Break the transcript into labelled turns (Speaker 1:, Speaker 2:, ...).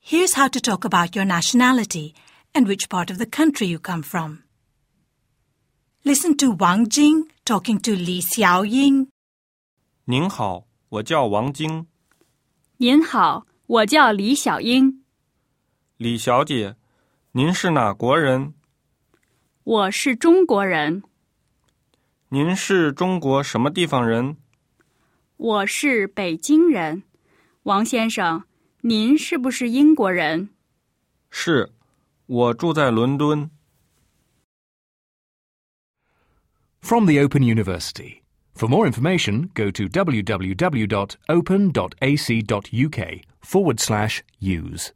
Speaker 1: Here's how to talk about your nationality and which part of the country you come from. Listen to Wang Jing talking to Li Xiaoying.
Speaker 2: 您好，我叫王晶。
Speaker 3: 您好，我叫李小英，
Speaker 2: 李小姐，您是哪国人？
Speaker 3: 我是中国人，
Speaker 2: 您是中国什么地方人？
Speaker 3: 我是北京人。王先生，您是不是英国人？
Speaker 2: 是，我住在伦敦。
Speaker 4: From the Open University. For more information, go to www.open.ac.uk forward slash use.